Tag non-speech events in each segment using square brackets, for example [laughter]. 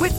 With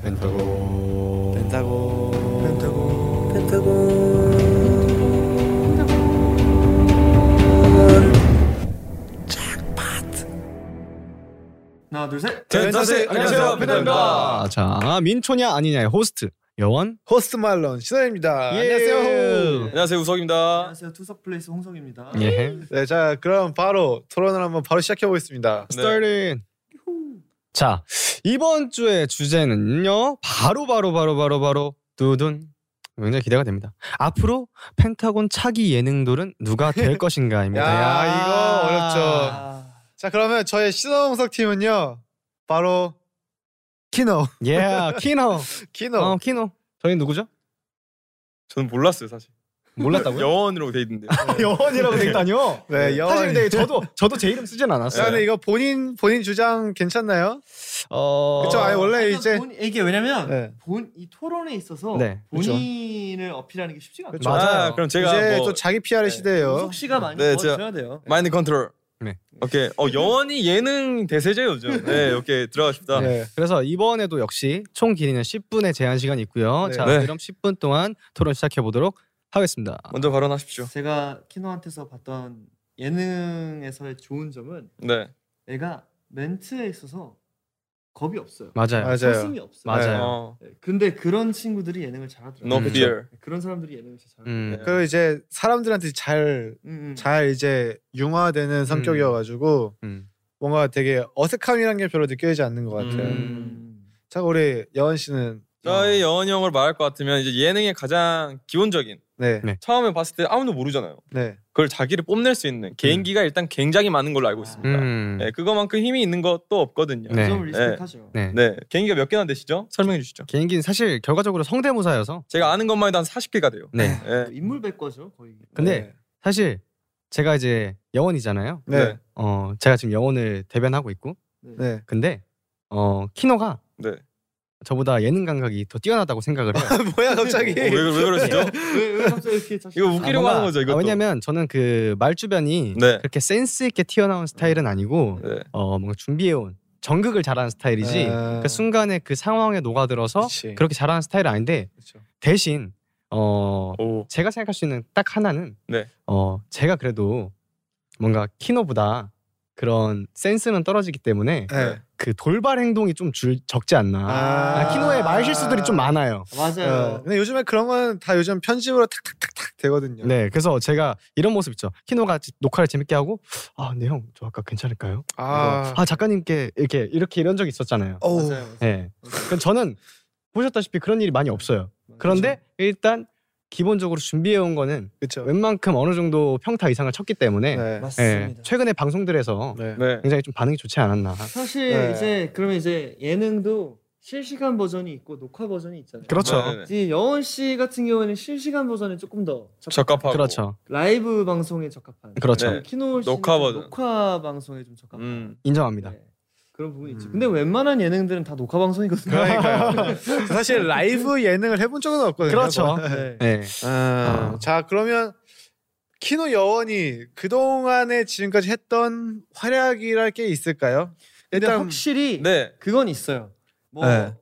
펜타곤 펜타곤 펜타곤 하나 둘셋 펜타세 네, 안녕하세요 펜타입니다 자, 민초냐 아니냐의 호스트 여원. 호스트 말론 신원입니다. 예. 안녕하세요. 안녕하세요 우석입니다 안녕하세요 투서플레이스 홍성입니다 예. 네, 자 그럼 바로 토론을 한번 바로 시작해 보겠습니다. 네, 스타린. 자, 이번 주의 주제는요. 바로 바로 바로 바로 바로 두둔. 굉장히 기대가 됩니다. 앞으로 펜타곤 차기 예능돌은 누가 될 [laughs] 야, 것인가입니다. 이거 어렵죠. 아, 자 그러면 저의 신원홍석 팀은요 바로 키노, [laughs] 예, 키노. 키노. 어, 키노. 저희 누구죠? 저는 몰랐어요 사실 몰랐다고요? 아, 여원으로 돼 있는데 여원이라고 돼 있다니요. 네, 네, 여원. 사실 근데 저도 저도 제 이름 쓰진 자, 않았어요. 근데 이거 본인 본인 주장 괜찮나요? 어. 네. 그쵸, 아니 원래 약간 이제 본, 이게 왜냐면 네. 본 이 토론에 있어서 네, 그쵸. 본인을 어필하는 게 쉽지가 않아요 그쵸. 아, 그럼 제가 이제 뭐 또 자기 PR의 네. 시대예요. 우석 씨가 많이 네, 도와줘야 돼요 마인드 컨트롤 뭐 네. 오케이 어 여원이 예능 대세죠 [laughs] 요즘 네 오케이 들어가 싶다 네. 그래서 이번에도 역시 총 길이는 10분의 제한 시간이 있고요. 네. 자, 네. 그럼 10분 동안 토론 시작해 보도록 하겠습니다. 먼저 발언하십시오 그렇죠. 제가 키노한테서 봤던 예능에서의 좋은 점은 네 애가 멘트에 있어서 겁이 없어요 맞아요. 맞아요. 소심이 없어요 맞아요. 어, 네, 근데 그런 친구들이 예능을 잘하더라고요 네, no fear 그런 사람들이 예능을 진짜 잘하더라고요 음. 네. 그리고 이제 사람들한테 잘 잘 음, 음. 이제 융화되는 성격이어가지고 음. 뭔가 되게 어색함이란 게 별로 느껴지지 않는 것 같아요. 음. 자 우리 여원 씨는 어, 어. 저희 여원이 형을 말할 것 같으면 이제 예능의 가장 기본적인 네, 네. 처음에 봤을 때 아무도 모르잖아요 네. 그걸 자기를 뽐낼 수 있는 개인기가 일단 굉장히 많은 걸로 알고 있습니다 음. 네, 그거만큼 힘이 있는 것도 없거든요 네. 그 점을 리스펙하죠 네. 네 개인기가 몇 개나 되시죠? 설명해 주시죠 개인기는 사실 결과적으로 성대모사여서 제가 아는 것만 해도 한 40개가 돼요 네. 네. 인물 백과죠 거의 근데 사실 제가 이제 영혼이잖아요. 네. 네. 어, 제가 지금 영혼을 대변하고 있고 네. 근데 어, 키노가 네. 저보다 예능 감각이 더 뛰어나다고 생각을 [laughs] 해요. 뭐야 갑자기? 예. 어, 왜, 그- 왜 그러시죠? 네. 왜, 왜 [laughs] 갑자기 이렇게 자신 이거 웃기려고 아, 뭔가- 하는 거죠 이것도 아, 왜냐면 저는 그 말주변이 네. 그렇게 센스 있게 튀어나온 스타일은 아니고 네. 어 뭔가 준비해온 정극을 잘하는 스타일이지 아. 그 순간에 그 상황에 녹아들어서 그치. 그렇게 잘하는 스타일은 아닌데 그쵸. 대신 어 오. 제가 생각할 수 있는 딱 하나는 네. 어 제가 그래도 뭔가 키노보다 그런 센스는 떨어지기 때문에 네. 그 돌발 행동이 좀 줄, 적지 않나 아, 키노의 말 실수들이 좀 많아요 어, 맞아요 네. 근데 요즘에 그런 건 다 요즘 편집으로 탁탁탁탁 되거든요. 네 그래서 제가 이런 모습 있죠 키노가 지- 녹화를 재밌게 하고 아 네 형 저 아까 괜찮을까요? 아, 이거, 아 작가님께 이렇게 이렇게 이런 적 있었잖아요 어우. 맞아요 맞아요. 예. 그럼 저는 보셨다시피 그런 일이 많이 없어요. 그런데 일단 기본적으로 준비해 온 거는 그쵸. 웬만큼 어느 정도 평타 이상을 쳤기 때문에 네. 예, 맞습니다 최근에 방송들에서 네. 네. 굉장히 좀 반응이 좋지 않았나. 사실 네. 이제 그러면 이제 예능도 실시간 버전이 있고 녹화 버전이 있잖아요 그렇죠. 네, 네, 네. 이제 여원 씨 같은 경우에는 실시간 버전에 조금 더 적합- 적합하고 그렇죠. 라이브 방송에 적합한 그렇죠. 네. 키노 씨 녹화 버전. 녹화 방송에 좀 적합한 음. 인정합니다. 네. 그런 부분이 있죠 음. 근데 웬만한 예능들은 다 녹화 방송이거든요 [laughs] 그러니까요. 사실 라이브 예능을 해본 적은 없거든요. 그렇죠. 네. 네. 아, 아. 자 그러면 키노 여원이 그 동안에 지금까지 했던 활약이랄 게 있을까요? 근데 일단 확실히 네. 그건 있어요. 뭐 네.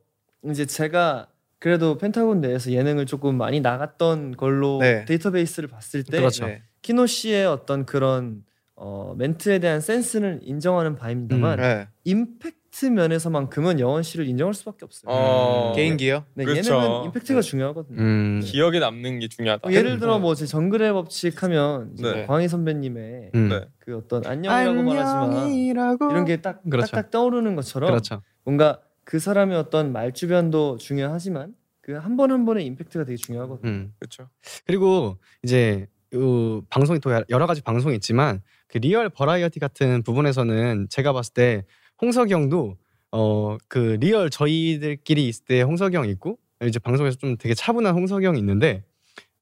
이제 제가 그래도 펜타곤 내에서 예능을 조금 많이 나갔던 걸로 네. 데이터베이스를 봤을 때 그렇죠. 네. 키노 씨의 어떤 그런 어, 멘트에 대한 센스는 인정하는 바입니다만 네. 임팩트 면에서만큼은 여원 씨를 인정할 수밖에 없어요. 어, 개인기요? 네, 그렇죠. 예능은 임팩트가 네. 중요하거든요. 음. 기억에 남는 게 중요하다. 어, 예를 들어 뭐 제 정글의 법칙 하면 이제 뭐 네. 광희 선배님의 음. 네. 그 어떤 안녕이라고 말하지만 안녕이라고 이런 게딱 그렇죠. 딱딱 떠오르는 것처럼 그렇죠. 뭔가 그 사람의 어떤 말 주변도 중요하지만 그 한 번 한 번의 임팩트가 되게 중요하거든요. 음. 그렇죠. 그리고 이제 요 방송이 또 여러 가지 방송이 있지만 그 리얼 버라이어티 같은 부분에서는 제가 봤을 때 홍석이 형도 어 그 리얼 저희들끼리 있을 때 홍석영 있고 이제 방송에서 좀 되게 차분한 홍석영 있는데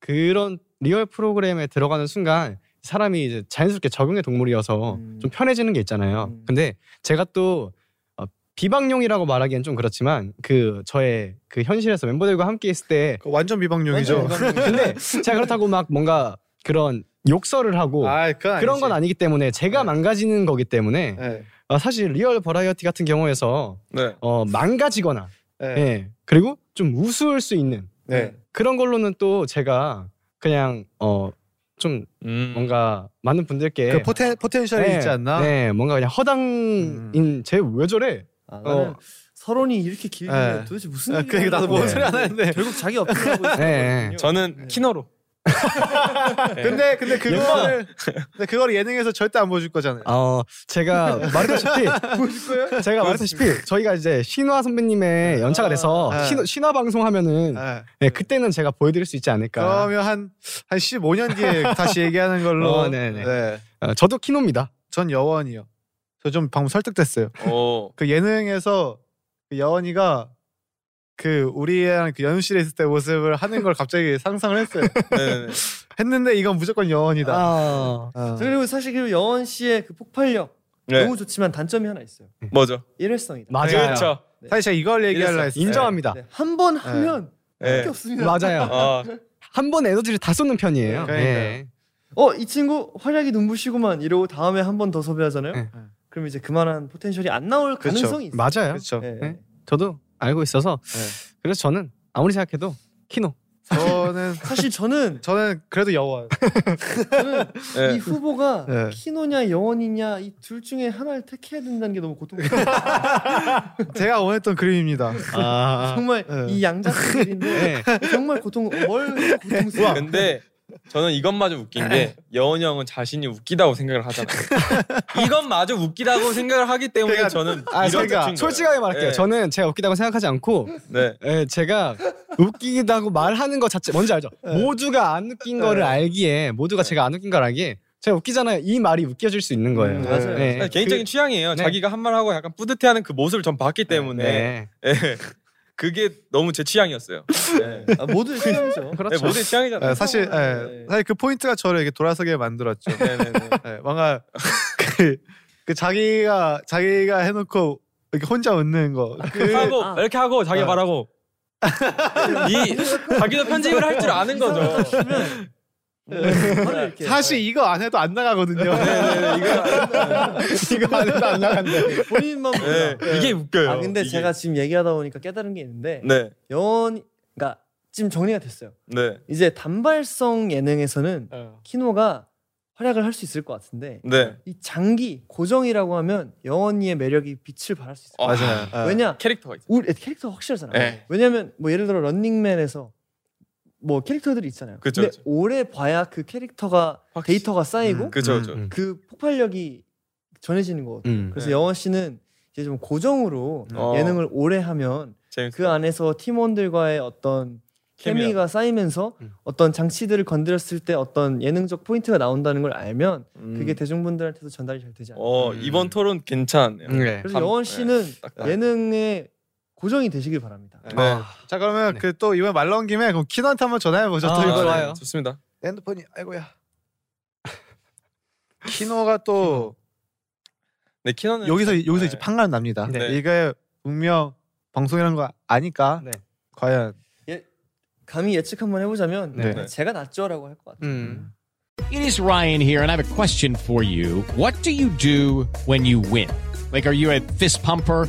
그런 리얼 프로그램에 들어가는 순간 사람이 이제 자연스럽게 적응의 동물이어서 음. 좀 편해지는 게 있잖아요. 음. 근데 제가 또 어, 비방용이라고 말하기엔 좀 그렇지만 그 저의 그 현실에서 멤버들과 함께 있을 때 그거 완전 비방용이죠. 네, [laughs] 네. 근데 제가 그렇다고 막 뭔가 그런 욕설을 하고 아, 그건 그런 건 아니지. 아니기 때문에 제가 네. 망가지는 거기 때문에 네. 아, 사실 리얼 버라이어티 같은 경우에서 네. 어, 망가지거나 네. 예 그리고 좀 우스울 수 있는 네. 그런 걸로는 또 제가 그냥 어 좀 음. 뭔가 많은 분들께 그 포텐 포텐셜이 네, 있지 않나? 음. 네 뭔가 그냥 허당인 쟤왜 저래 아, 나는 어. 서론이 이렇게 길면 네. 도대체 무슨 아, 얘기를 그게 나도 하는 뭔 거야. 네. 소리 안 하는데. 결국 자기 업데이트하고 있는 네. 거거든요. 음. 저는 키너로. 근데 근데 그거를 [laughs] 근데 그걸 예능에서 절대 안 보여줄 네. 거잖아요. 어 제가 [laughs] 말했다시피 제가 말했다시피 저희가 이제 신화 선배님의 연차가 돼서 네. 신화, 신화 방송 하면은 네. 예, 그때는 제가 보여드릴 수 있지 않을까 그러면 한 한 15년 뒤에 다시 얘기하는 [laughs] 걸로. 어, 네네. 네. 어, 저도 키노입니다 전 여원이요. 저 좀 방금 설득됐어요. 어. 그 예능에서 그 여원이가 그 우리랑 그 연습실에 있을 때 모습을 하는 걸 갑자기 [laughs] 상상을 했어요. 네네네. [laughs] 했는데 이건 무조건 여원이다. 아, 어. 저 그리고 사실 그 영원 씨의 그 폭발력 네. 너무 좋지만 단점이 하나 있어요. 뭐죠? 일회성이다. 맞아요 그렇죠. 사실 제가 이걸 얘기하려 했어요. 인정합니다 네, 한번 하면 네. 할게 없습니다. 맞아요 아, 한 번 에너지를 다 쏟는 편이에요. 그러니까요. 예. [laughs] 어, 이 친구 활약이 눈부시구만 이러고 다음에 한 번 더 섭외하잖아요. 네. 그럼 이제 그만한 포텐셜이 안 나올 네. 그쵸. 가능성이 있어요. 맞아요. 그렇죠. 네. 네. 저도 알고 있어서 네. 그래서 저는 아무리 생각해도 키노. 저는 사실 저는 저는 그래도 여원. 네. 이 후보가 네. 키노냐 영원이냐 이 둘 중에 하나를 택해야 된다는 게 너무 네. 고통스러워. 제가 원했던 그림입니다. 아. [laughs] 정말 네. 이 양자들인데 네. 정말 고통 뭘 고통스러워. 근데 저는 이것마저 웃긴 게 여원 형은 자신이 웃기다고 [laughs] 생각을 하잖아요. 이것마저 웃기다고 생각을 하기 때문에 그러니까- 저는 아, 이런 제가 특징인 거예요. 솔직하게 말할게요. 예. 저는 제가 웃기다고 생각하지 않고 네. 예, 제가 웃기다고 말하는 것 자체 뭔지 알죠? 예. 모두가 안 웃긴 거를 알기에 모두가 제가 안 웃긴 걸 알기에 제가 웃기잖아요. 이 말이 웃겨질 수 있는 거예요. 음, 맞아요. 예. 아니, 개인적인 취향이에요. 네. 자기가 한 말 하고 약간 뿌듯해하는 그 모습을 전 봤기 그- 때문에 네. [laughs] 예. 그게 너무 제 취향이었어요. 네. 아, [laughs] 모두 취향이죠. 네, 그렇죠. 모든 취향이잖아요. 네, 사실 네. 예, 사실 그 포인트가 저를 이렇게 돌아서게 만들었죠. 네네네. 예, 뭔가 [laughs] 그, 그 자기가 자기가 해놓고 이렇게 혼자 웃는 거. 그, 하고 아. 이렇게 하고 자기 네. 말하고 이 자기도 편집을 할 줄 아는 거죠. 네. 사실 이거 안 해도 안 나가거든요. 네네네. 이거 안 해도 안 나간대. 본인만 몰라. 네, 이게 웃겨요. 아 근데 이게. 제가 지금 얘기하다 보니까 깨달은 게 있는데 네. 영원 그러니까 지금 정리가 됐어요. 네. 이제 단발성 예능에서는 키노가 활약을 할 수 있을 것 같은데 네. 이 장기 고정이라고 하면 영원이의 매력이 빛을 발할 수 있어요. 맞아요. 왜냐 캐릭터가 있어요. 우리 캐릭터 가 확실하잖아. 네. 왜냐면 뭐 예를 들어 런닝맨에서 뭐 캐릭터들이 있잖아요. 그쵸, 근데 그쵸. 오래 봐야 그 캐릭터가 확실히. 데이터가 쌓이고 음, 그죠, 그죠. 음, 그 폭발력이 전해지는 거거든요. 음. 그래서 네. 영원 씨는 이제 좀 고정으로 어. 예능을 오래 하면 재밌어. 그 안에서 팀원들과의 어떤 케미가. 케미가 쌓이면서 음. 어떤 장치들을 건드렸을 때 어떤 예능적 포인트가 나온다는 걸 알면 음. 그게 대중분들한테도 전달이 잘 되지 않아요. 어 음. 이번 토론 괜찮네요. 네. 그래서 음. 감- 영원 네, 씨는 딱 봐요. 예능의 고정이 되시길 바랍니다. 네. 자 그러면 네. 그 또 이번에 말 나온 김에 그럼 키노한테 한번 전화해 보죠. 아, 또 이거 좋아요. 네, 좋습니다. 핸드폰이 아이고야. 키노가 또 네 키너는 여기서 여기서 네. 이제 판가름 납니다. 네. 이게 분명 방송이라는 거 아니까 네. 과연 예, 감히 예측 한번 해보자면 네. 제가 낫죠라고 할 것 같아요. 음. It is Ryan here, and I have a question for you. What do you do when you win? Like, are you a fist pumper?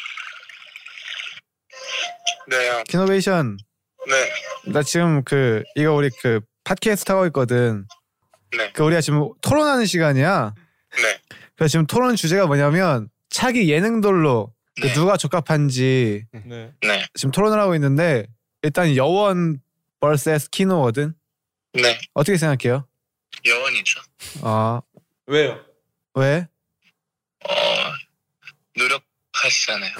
네, 키노베이션 네, 나 지금 그 이거 우리 그 팟캐스트 하고 있거든. 네. 그 우리가 지금 토론하는 시간이야. 네. 그래서 지금 토론 주제가 뭐냐면 차기 예능들로 그 누가 적합한지 네. 네. 지금 토론을 하고 있는데 일단 여원 vs 키노거든. 네. 어떻게 생각해요? 여원이죠. 아 왜요? 왜? 어, 노력하시잖아요.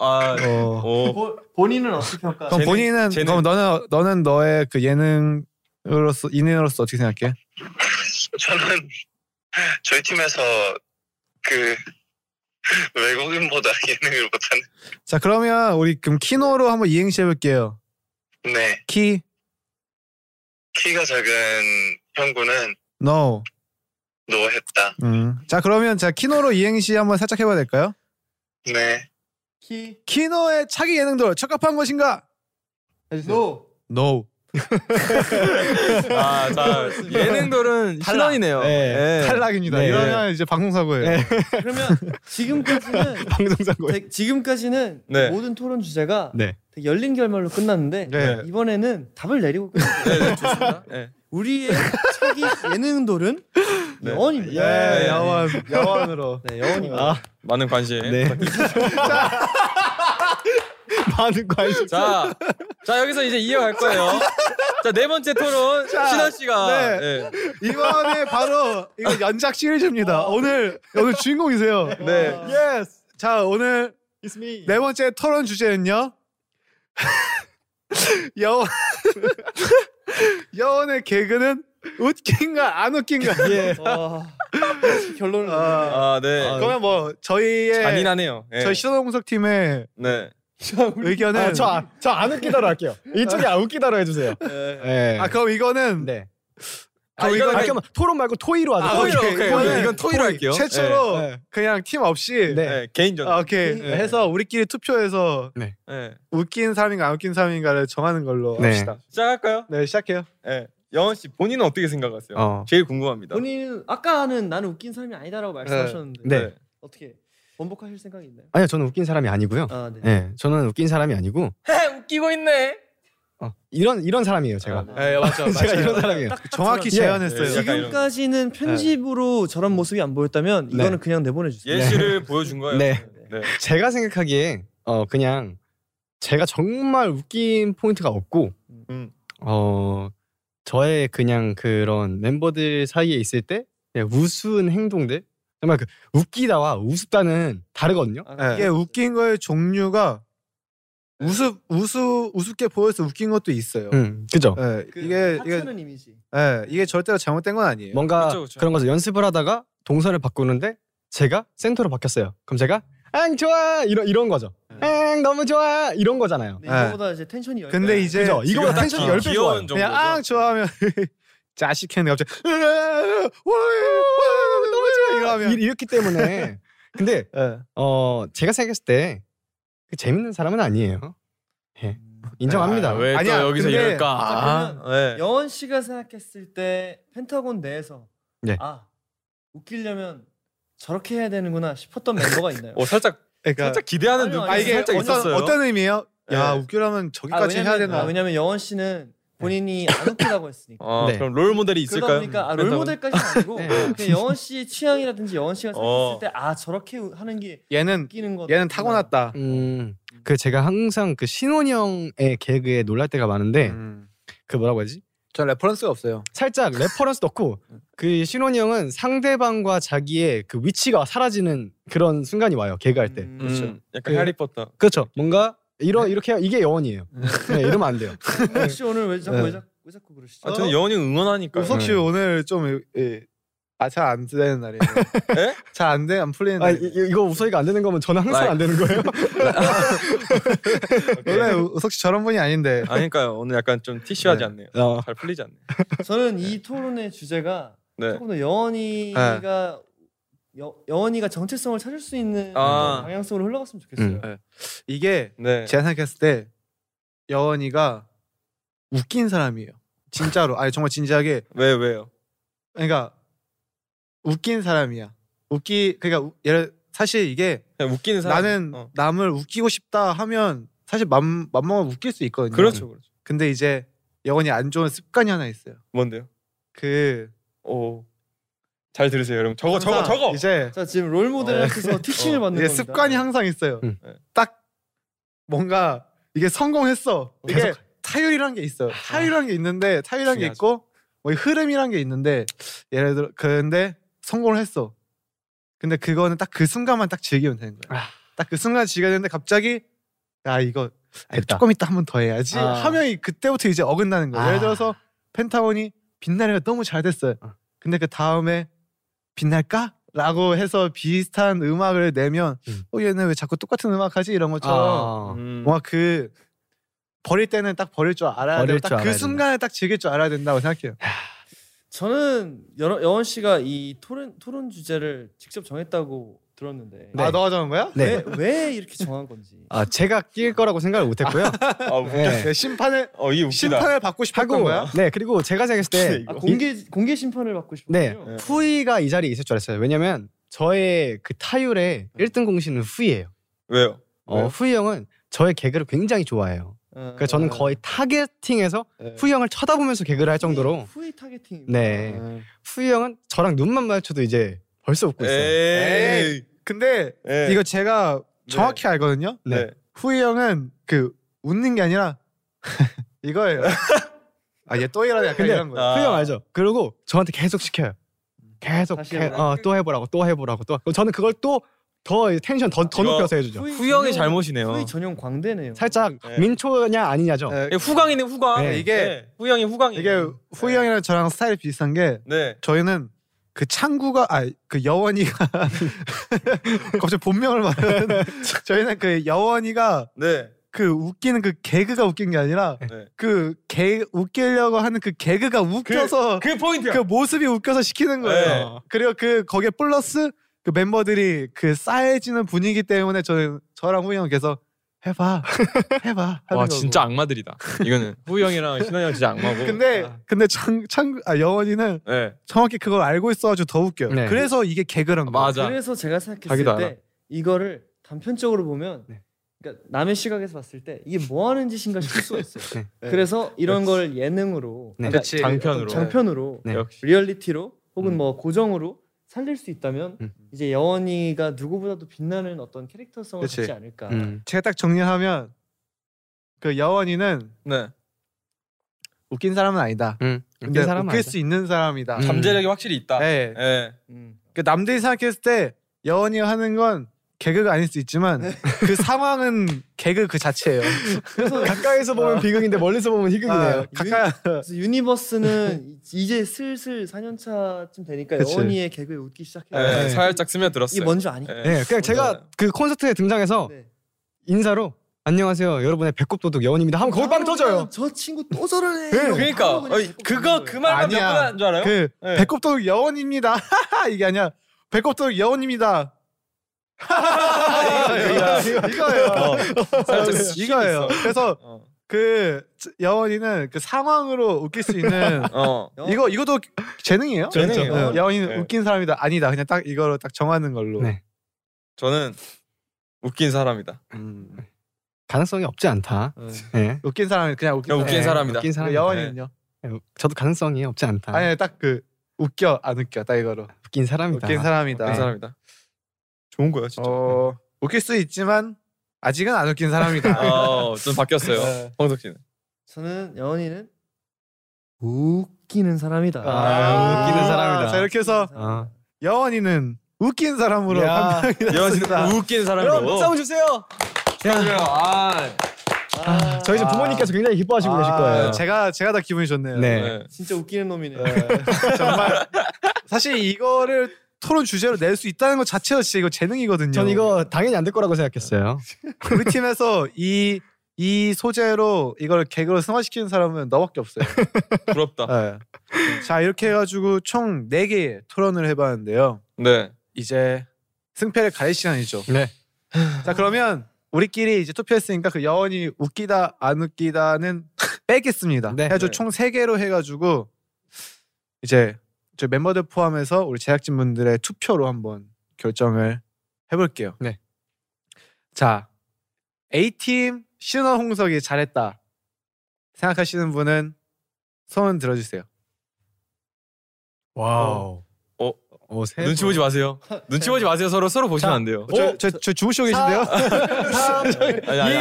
아, 어. 본인은 어떻게 평가? 그럼 본인은 그럼 너는 너는 너의 그 예능으로서 인인으로서 어떻게 생각해? 저는 저희 팀에서 그 외국인보다 [laughs] 예능을 못하는. 자 그러면 우리 그럼 키노로 한번 이행시 해볼게요. 네. 키 키가 작은 형구는 노. 노했다. 음. 자 그러면 자 키노로 이행시 한번 살짝 해봐야 될까요? 네. 키노의 차기 예능들 적합한 것인가? 노. No. 아, 자, 예능돌은 신원이네요. 네. 예. 탈락입니다. 네. 이러면 이제 방송사고예요. 그러면 [laughs] 지금까지는 방송사고예요. 되- 지금까지는 네. 모든 토론 주제가 네. 되게 열린 결말로 끝났는데 네. 이번에는 답을 내리고 끝 네. 우리의 차기 예능돌은 네. 여원입니다. 예, 여원, [laughs] 여원으로. 네, 여원입니다. 많은 관심. 네. 많은 관심. 자, 자 여기서 이제 이어갈 거예요. 자, 네 번째 토론 신원 씨가 네. 이번에 바로 이거 연작 시리즈입니다. 오늘 오늘 주인공이세요. 아. 네. 예스. 자 오늘 네 번째 토론 주제는요. [laughs] 여원 [laughs] 여원의 개그는 웃긴가 안 웃긴가. 예. 아, 결론을 아, 아, 네. 그러면 뭐 저희의 잔인하네요. 예. 저희 신호동석 팀의 네. 의견은 아, 저저안 웃기다로 할게요. 이쪽이 안 웃기다로 해주세요. 예. 아, 그럼 이거는 네. 아, 이거 이거는- 아, 그럼 토론 말고 토의로 하자. 아, 토의로, 오케이. 오케이. 이거는 오케이. 이건 토의로 토의. 할게요. 최초로 네. 그냥 팀 없이 네. 네, 개인전. 아, 오케이 네. 해서 우리끼리 투표해서 네. 웃긴 사람인가 안 웃긴 사람인가를 정하는 걸로 네. 합시다. 시작할까요? 네 시작해요. 네. 영원 씨 본인은 어떻게 생각하세요? 어. 제일 궁금합니다. 본인 아까는 나는 웃긴 사람이 아니다라고 말씀하셨는데 네. 어떻게 번복하실 생각이 있나요? 아니요, 저는 웃긴 사람이 아니고요. 아, 네. 예, 저는 웃긴 사람이 아니고 어. 웃기고 있네. 어, 이런 이런 사람이에요, 제가. 네, 맞죠. 제가 이런 사람이에요. 정확히 예, 재현했어요. 약간 지금까지는 네. 편집으로 저런 모습이 안 보였다면 네. 이거는 그냥 내보내 주세요. 예시를 보여준 거예요. 네. 네. 제가 생각하기에 어 그냥 제가 정말 웃긴 포인트가 없고 음. 어 저의 그냥 그런 멤버들 사이에 있을 때 그냥 우스운 행동들 정말 그 웃기다와 우습다는 다르거든요. 아, 이게 웃긴 거의 종류가 우습 우스 우습게 보여서 웃긴 것도 있어요. 네. 음, 그죠? 예, 그 이게 이게 하찮은 이미지. 예, 이게 절대로 잘못된 건 예. 아니에요. 뭔가 그쵸, 그쵸. 그런 거죠. 연습을 하다가 동선을 바꾸는데 제가 센터로 바뀌었어요. 그럼 제가 앙 좋아 이런 이런 거죠. 예. 앙 너무 좋아 이런 거잖아요. 근데 이거보다 이제 텐션이 열. 네. 근데 이제 그죠? 이거보다 네. 딱 텐션이 기- 10배 좋아요. 그냥 귀여운 정도죠. 앙 좋아하면 [laughs] 자식 했는데 갑자기 [laughs] 너무 좋아 이거 하면 이- 이렇기 [laughs] 때문에 근데 예. 어 제가 생각했을 때그 재밌는 사람은 아니에요. 예. 인정합니다. 아, 왜또 아니야, 여기서 근데- 이럴까? 자, 그러면 네. 영원 씨가 생각했을 때 펜타곤 내에서 네. 아 웃기려면 저렇게 해야 되는구나 싶었던 멤버가 있나요? [laughs] 어, 살짝 그러니까 살짝 기대하는 아니요, 눈빛이 아 아니, 이게 살짝 어떤 있었어요. 어떤 의미예요? 야 예. 웃기려면 저기까지 해야 되나? 아, 왜냐면 영원 씨는 본인이 안 웃기다고 했으니까. [laughs] 어, 네. 그럼 롤 모델이 있을까요? 그러다 보니까 아, 펜타곤? 롤모델까지는 아니고 네. 그냥 영원 씨의 취향이라든지 영원 씨가 어. 생각했을 때 아 저렇게 하는 게 얘는 웃기는 거 얘는 타고났다. 음. 그 제가 항상 그 신원이 형의 개그에 놀랄 때가 많은데 음. 그 뭐라고 하지? 저 레퍼런스가 없어요. 살짝 레퍼런스 넣고 그 신원이 형은 상대방과 자기의 그 위치가 사라지는 그런 순간이 와요. 개그할 때. 음, 음, 그렇죠. 약간 그- 해리포터. 그렇죠. 뭔가 이런 이렇게 해요. 이게 여원이에요. 네, 이러면 안 [laughs] 돼요. 우석 씨 오늘 왜 자꾸 네. 왜 자꾸 왜 자꾸 그러시죠? 아, 저는 영원이 응원하니까. 우석 씨 네. 오늘 좀아잘안 되는 날이에요. 예? 잘안돼안 풀리는 아, 날. 이, 이- 이거 우석이가 안 되는 거면 저는 항상 안 되는 거예요. 원래 우- 우석 씨 저런 분이 아닌데. 아 그러니까 오늘 약간 좀 티슈하지 네. 않네요. [laughs] 어. 잘 풀리지 않네. 저는 이 토론의 주제가 네. 조금 더 영원이가 여, 영원이가 정체성을 찾을 수 있는 아. 방향성으로 흘러갔으면 좋겠어요. 음. 이게 네. 제가 생각했을 때 여원이가 웃긴 사람이에요. 진짜로. 아니 정말 진지하게. 왜 왜요? 그러니까 웃긴 사람이야. 웃기 그러니까 우- 예를 사실 이게 그냥 웃기는 사람. 나는 어. 남을 웃기고 싶다 하면 사실 맘 맘먹으면 웃길 수 있거든요. 그렇죠 그렇죠. 근데 이제 여건이 안 좋은 습관이 하나 있어요. 뭔데요? 그 오. 잘 들으세요, 여러분. 저거 저거 항상 저거. 이제 자 지금 롤 어. [laughs] 모델한테서 티칭을 받는 이게 겁니다. 네. 습관이 항상 있어요. 네. 딱 뭔가 이게 성공했어. 이게 타율이란 게 있어요. 아, 타율이란 게 있는데 타율이란 게 중요하죠. 있고 뭐 흐름이란 게 있는데 예를 들어 근데 성공을 했어. 근데 그거는 딱 그 순간만 딱 즐기면 되는 거예요. 아. 딱 그 순간 즐겨야 되는데 갑자기 야 이거 아, 이거 조금 있다 한 번 더 해야지 아. 하면 이- 그때부터 이제 어긋나는 거예요. 예를 들어서 펜타곤이 빛나리가 너무 잘 됐어요. 근데 그 다음에 빛날까? 라고 해서 비슷한 음악을 내면 어 얘는 왜 자꾸 똑같은 음악 하지 이런 것처럼 아. 음. 뭔가 그 버릴 때는 딱 버릴 줄 알아야 버릴 되고 줄 딱 그 알아야 순간에 딱 즐길 줄 알아야 된다고 생각해요. 저는 여러, 여원 씨가 이 토론 토론 주제를 직접 정했다고 들었는데. 네. 아, 너가 정한 거야? 네. 왜, 왜 이렇게 정한 건지. [laughs] 아 제가 낄 거라고 생각을 못했고요. [laughs] 네, 심판을 아, 어이 웃기다. 심판을 받고 싶었던 거야? 네 그리고 제가 생각했을 때 아, [laughs] 이- 공개 공개 심판을 받고 싶어. 네, 후이가 이 자리에 있을 줄 알았어요. 왜냐면 저의 그 타율의 1등 공신은 후이예요. 왜요? 어, 후이 형은 저의 개그를 굉장히 좋아해요. 네. 그래서 그러니까 저는 거의 타겟팅해서 후이 형을 쳐다보면서 개그를 할 정도로 후이 타겟팅. 어. 네 후이 형은 저랑 눈만 마주쳐도 이제 벌써 웃고 있어요. 에이. 근데 에이. 이거 제가 정확히 알거든요. 네. 후이 형은 그 웃는 [laughs] 게 아니라 이거예요. 아 얘 또 이러네 약간 근데 이런 아. 거예요. 후이 형 알죠? 그리고 저한테 계속 시켜요. 계속 다시 해, 해보라. 어, 또 해보라고 또 해보라고 또. 그럼 저는 그걸 또 더 텐션 더, 더 높여서 해주죠. 후 형이 잘못이네요. 후이 전용 광대네요. 살짝 민초냐 아니냐죠. 예, 후광이네 후광. 네, 이게- 후이 형이 후광이. 이게 후이 형이랑 저랑 스타일이 비슷한 게 네. 저희는 그 창구가 아 그 여원이가 [laughs] 갑자기 본명을 [laughs] 말하는 저희는 그 여원이가 그 웃기는 그 개그가 웃긴 게 아니라 네. 그 개 웃기려고 하는 그 개그가 웃겨서 그 네. 포인트야. 그 모습이 웃겨서 시키는 거예요. 그리고 그 거기에 플러스 그 멤버들이 그 쌓여지는 분위기 때문에 저는 저랑 후이 형 계속 해봐 [laughs] 해봐 하는 와 거고. 진짜 악마들이다. 이거는 [laughs] 후이 형이랑 신원이 형 진짜 악마고. 아. 근데 근데 창창아 영원이는 네. 정확히 그걸 알고 있어가지고 더 웃겨요. 네. 아, 그래서 이게 개그란 거야. 그래서 제가 생각했을 때 자기도 알아. 이거를 단편적으로 보면 그러니까 남의 시각에서 봤을 때 이게 뭐 하는 짓인가 싶을 수가 있어요. 네. 그래서 이런 그렇지. 걸 예능으로 네. 그러니까 그치. 장편으로. 어떤 장편으로 네. 역시. 리얼리티로 혹은 뭐 고정으로 살릴 수 있다면 이제 여원이가 누구보다도 빛나는 어떤 캐릭터성을 그치. 갖지 않을까. 음. 제가 딱 정리하면 그 여원이는 네. 웃긴 사람은 아니다. 근데 웃긴 사람은 웃길 아니다. 음. 수 있는 음. 사람이다. 잠재력이 확실히 있다. 네. 예. 음. 그 남들이 생각했을 때 여원이가 하는 건 개그가 아닐 수 있지만 그 상황은 개그 그 자체예요. 그래서 가까이서 보면 비극인데 멀리서 보면 희극이네요. 아, 가까이 그래서 유니버스는 이제 슬슬 4년차쯤 되니까 그치. 여원이의 개그에 웃기 시작해요. 예, 살짝 스며들었어요. 이게 뭔지 아니까. 예. 네, 그냥 제가 그 콘서트에 등장해서 인사로 안녕하세요 여러분의 배꼽 도둑 여원입니다 하면 거기 빵 터져요. 저 친구 또 저러네. 그러니까 어이, 그거 그 말만 몇 번 한 줄 알아요? [laughs] 그 예. 배꼽도둑 여원입니다. 이게 아니야. 배꼽도둑 여원입니다. [laughs] 이거- 이거예요. 어, 살짝 수식이 이거예요. 어, 있어. 그래서 그 여원이는 그 상황으로 웃길 수 있는 [laughs] 어. 이거 이것도 재능이에요? 재능이에요. 네. 여원이는 네. 웃긴 사람이다. 아니다. 그냥 딱 이거로 딱 정하는 걸로. 저는 웃긴 사람이다. 가능성이 없지 않다. 네. 웃긴 사람이 그냥 웃긴, 그냥 네. 웃긴 사람이다. 웃긴 사람. 여원이는요? 저도 가능성이 없지 않다. 아니 딱 그 웃겨 안 웃겨 딱 이거로. 웃긴 사람이다. 웃긴 사람이다. 웃긴 사람이다. 네. 좋은 거야 진짜. [laughs] 어, 웃길 수 있지만 아직은 안 웃긴 사람이다. [laughs] 어, 좀 바뀌었어요. 네. 황석 씨는. 저는 여원이는 웃기는 사람이다. 아. 아, 자 이렇게 해서 여원이는 웃긴 사람으로 야, 판명이었습니다. 여원이는 웃긴 사람으로. 여러분, 박수 한번 주세요. 축하드려요. 아, 저희 집 부모님께서 굉장히 기뻐하시고 계실 거예요. 제가 제가 다 기분이 좋네요. 아. 네. 아, 진짜 웃기는 놈이네. 사실 이거를 토론 주제로 낼 수 있다는 것 자체가 진짜 이거 재능이거든요. 전 이거 당연히 안 될 거라고 생각했어요. 우리 팀에서 이 이 소재로 이걸 개그로 승화시키는 사람은 너밖에 없어요. 부럽다. 네. 자 이렇게 해가지고 총 4개 토론을 해봤는데요. 네. 이제 승패를 가릴 시간이죠. 네. 자 그러면 우리끼리 이제 투표했으니까 그 여원이 웃기다 안 웃기다는 빼겠습니다. 네. 해가지고 총 3개로 해가지고 이제 저희 멤버들 포함해서 우리 제작진 분들의 투표로 한번 결정을 해볼게요. 네. 자 A팀 신원 홍석이 잘했다 생각하시는 분은 손 들어주세요. 와우. 어, 눈치 보지 마세요. 눈치 보지 마세요. 서로 서로 보시면 자, 안 돼요. 저, 저, 저 어? 주무시고 계신데요? 아니, 예, 아니, 아니.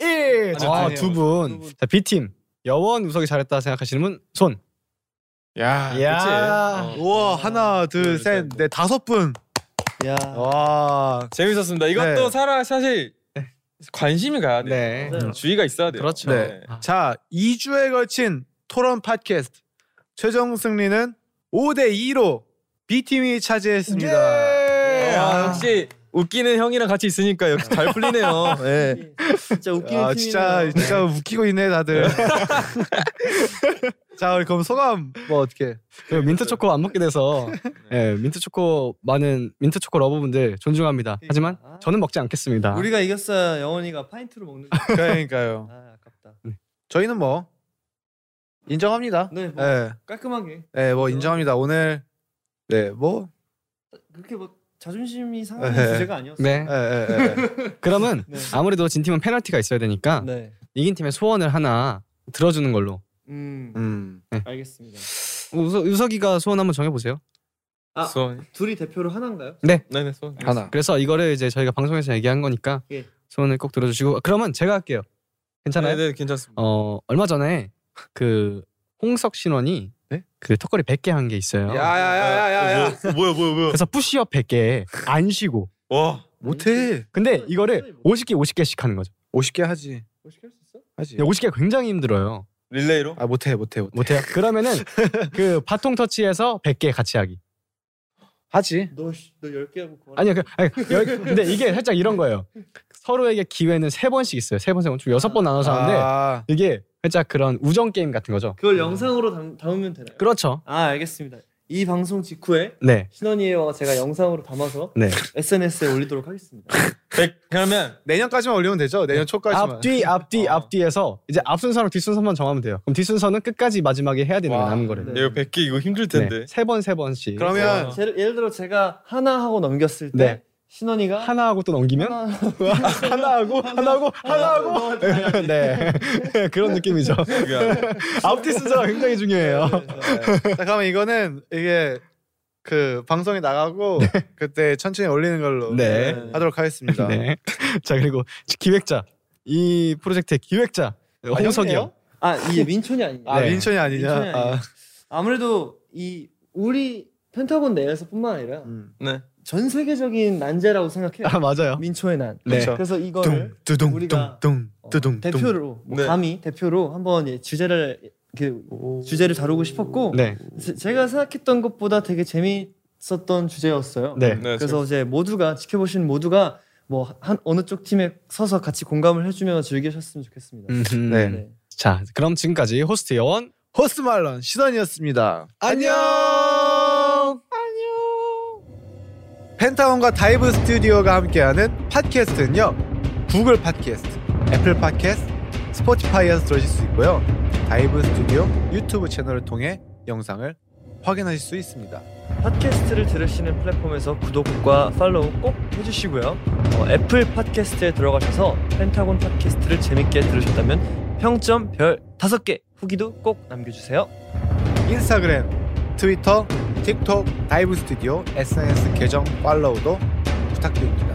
1. 아니, 아, 아니에요. 두 분. 자, B팀. 여원 우석이 잘했다 생각하시는 분 손. 예. 야, 야, 우와 하나 어, 둘셋넷 다섯 분. 야, 와 어, 재밌었습니다. 이것도 네. 살아 사실 관심이 가야 돼요. 음, 주의가 있어야 돼요. 그렇죠. 네. 자, 2주에 걸친 토론 팟캐스트 최종 승리는 5대 2로 B 팀이 차지했습니다. 아, 역시 웃기는 형이랑 같이 있으니까 역시 잘 풀리네요. 예. [laughs] 진짜 웃기는 아, 팀이네요. 진짜 진짜 웃기고 있네 다들. [laughs] 자, 우리 그럼 소감 뭐 어떻게? 그리고 민트 초코 안 먹게 돼서 예, 민트 초코 많은 민트 초코 러버분들 존중합니다. 하지만 저는 먹지 않겠습니다. 우리가 이겼어야 영원이가 파인트로 먹는 거. 그러니까요. 아, 아깝다. 저희는 뭐 인정합니다. 네, 뭐 예. 깔끔하게 예, 뭐 인정합니다. 오늘 네, 뭐 그렇게 뭐 자존심이 상하는 네. 주제가 아니었어. 네. 예, 그러면 네. 아무래도 진 팀은 페널티가 있어야 되니까 네. 이긴 팀의 소원을 하나 들어주는 걸로. 음, 음. 알겠습니다. 우석, 우석이가 소원 한번 정해 보세요. 아, 소원. 둘이 대표로 하나인가요? 네. 네네 소원. 하나. 그래서 이거를 이제 저희가 방송에서 얘기한 거니까 예. 소원을 꼭 들어주시고 그러면 제가 할게요. 괜찮아요? 네, 네, 괜찮습니다. 어 얼마 전에 그 홍석 신원이 그 턱걸이 100개 한 게 있어요. 야야야야야야. 어, 뭐야 뭐야 뭐야. 그래서 푸시업 100개 안 쉬고. 와 못해. 근데 이거를 50개 50개씩 하는 거죠. 50개 하지. 뭐 50개 할 수 있어? 하지. 50개 굉장히 힘들어요. 릴레이로? 아 못해 못해 못해. 못해요. [laughs] 그러면은 그 바통 터치에서 100개 같이 하기. 하지. 너너열개 하고 그만. 아니요, 그, 아니, 여- 근데 이게 살짝 이런 거예요. 서로에게 기회는 세 번씩 있어요. 세 번, 세 번, 총 여섯 번 나눠서 하는데 아. 이게 살짝 그런 우정 게임 같은 거죠. 그걸 영상으로 담, 담으면 되나요? 그렇죠. 아, 알겠습니다. 이 방송 직후에 네, 신원이와 제가 영상으로 담아서 네. SNS에 [laughs] 올리도록 하겠습니다. 백- 그러면 내년까지만 올리면 되죠. 네. 내년 초까지만. 앞뒤, 앞뒤, 앞뒤에서 이제 앞 순서랑 뒷 순서만 정하면 돼요. 그럼 뒷 순서는 끝까지 마지막에 해야 되는 거 남은 거를. 이거 100개 이거 힘들 텐데. 세 번, 세 번씩. 그러면 제, 예를 들어 제가 하나 하고 넘겼을 때 네. 신원이가 하나 하고 또 넘기면 하나 하나 하고 하나 하고 [laughs] 하나 하고 [laughs] 네 [laughs] 그런 느낌이죠. 네. 앞뒤 순서가 굉장히 중요해요. 잠깐만 이거는 이게 그 방송에 [laughs] 나가고 그때 천천히 올리는 걸로 네. 하도록 하겠습니다. 네. 자 그리고 기획자 이 프로젝트의 기획자 홍석이요. 아 이게 민촌이 아니냐? 아 네. 민천이 아니냐? 민촌이 아니냐? 아, 아무래도 이 우리 펜타곤 내에서뿐만 아니라 음. 네. 전 세계적인 난제라고 생각해요. 아 맞아요. 민초의 난. 네. 그래서 이거를 둥 두둥 우리가 둥둥 어, 두둥 대표로 뭐 네. 감히 대표로 한번 예, 주제를 그 주제를 다루고 싶었고 네. 제- 제가 생각했던 것보다 되게 재미있었던 주제였어요. 네. 네, 그래서 이제 모두가 지켜보시는 모두가 뭐 한 어느 쪽 팀에 서서 같이 공감을 해주며 즐기셨으면 좋겠습니다. 음흠. 네. 네. 자 그럼 지금까지 호스트 여원 호스 말런 시선이었습니다. 안녕. 펜타곤과 다이브 스튜디오가 함께하는 팟캐스트는요. 구글 팟캐스트, 애플 팟캐스트, 스포티파이에서 들으실 수 있고요. 다이브 스튜디오 유튜브 채널을 통해 영상을 확인하실 수 있습니다. 팟캐스트를 들으시는 플랫폼에서 구독과 팔로우 꼭 해주시고요. 어, 애플 팟캐스트에 들어가셔서 펜타곤 팟캐스트를 재밌게 들으셨다면 평점 별 5개 후기도 꼭 남겨주세요. 인스타그램, 트위터, 틱톡, 다이브 스튜디오 SNS 계정 팔로우도 부탁드립니다.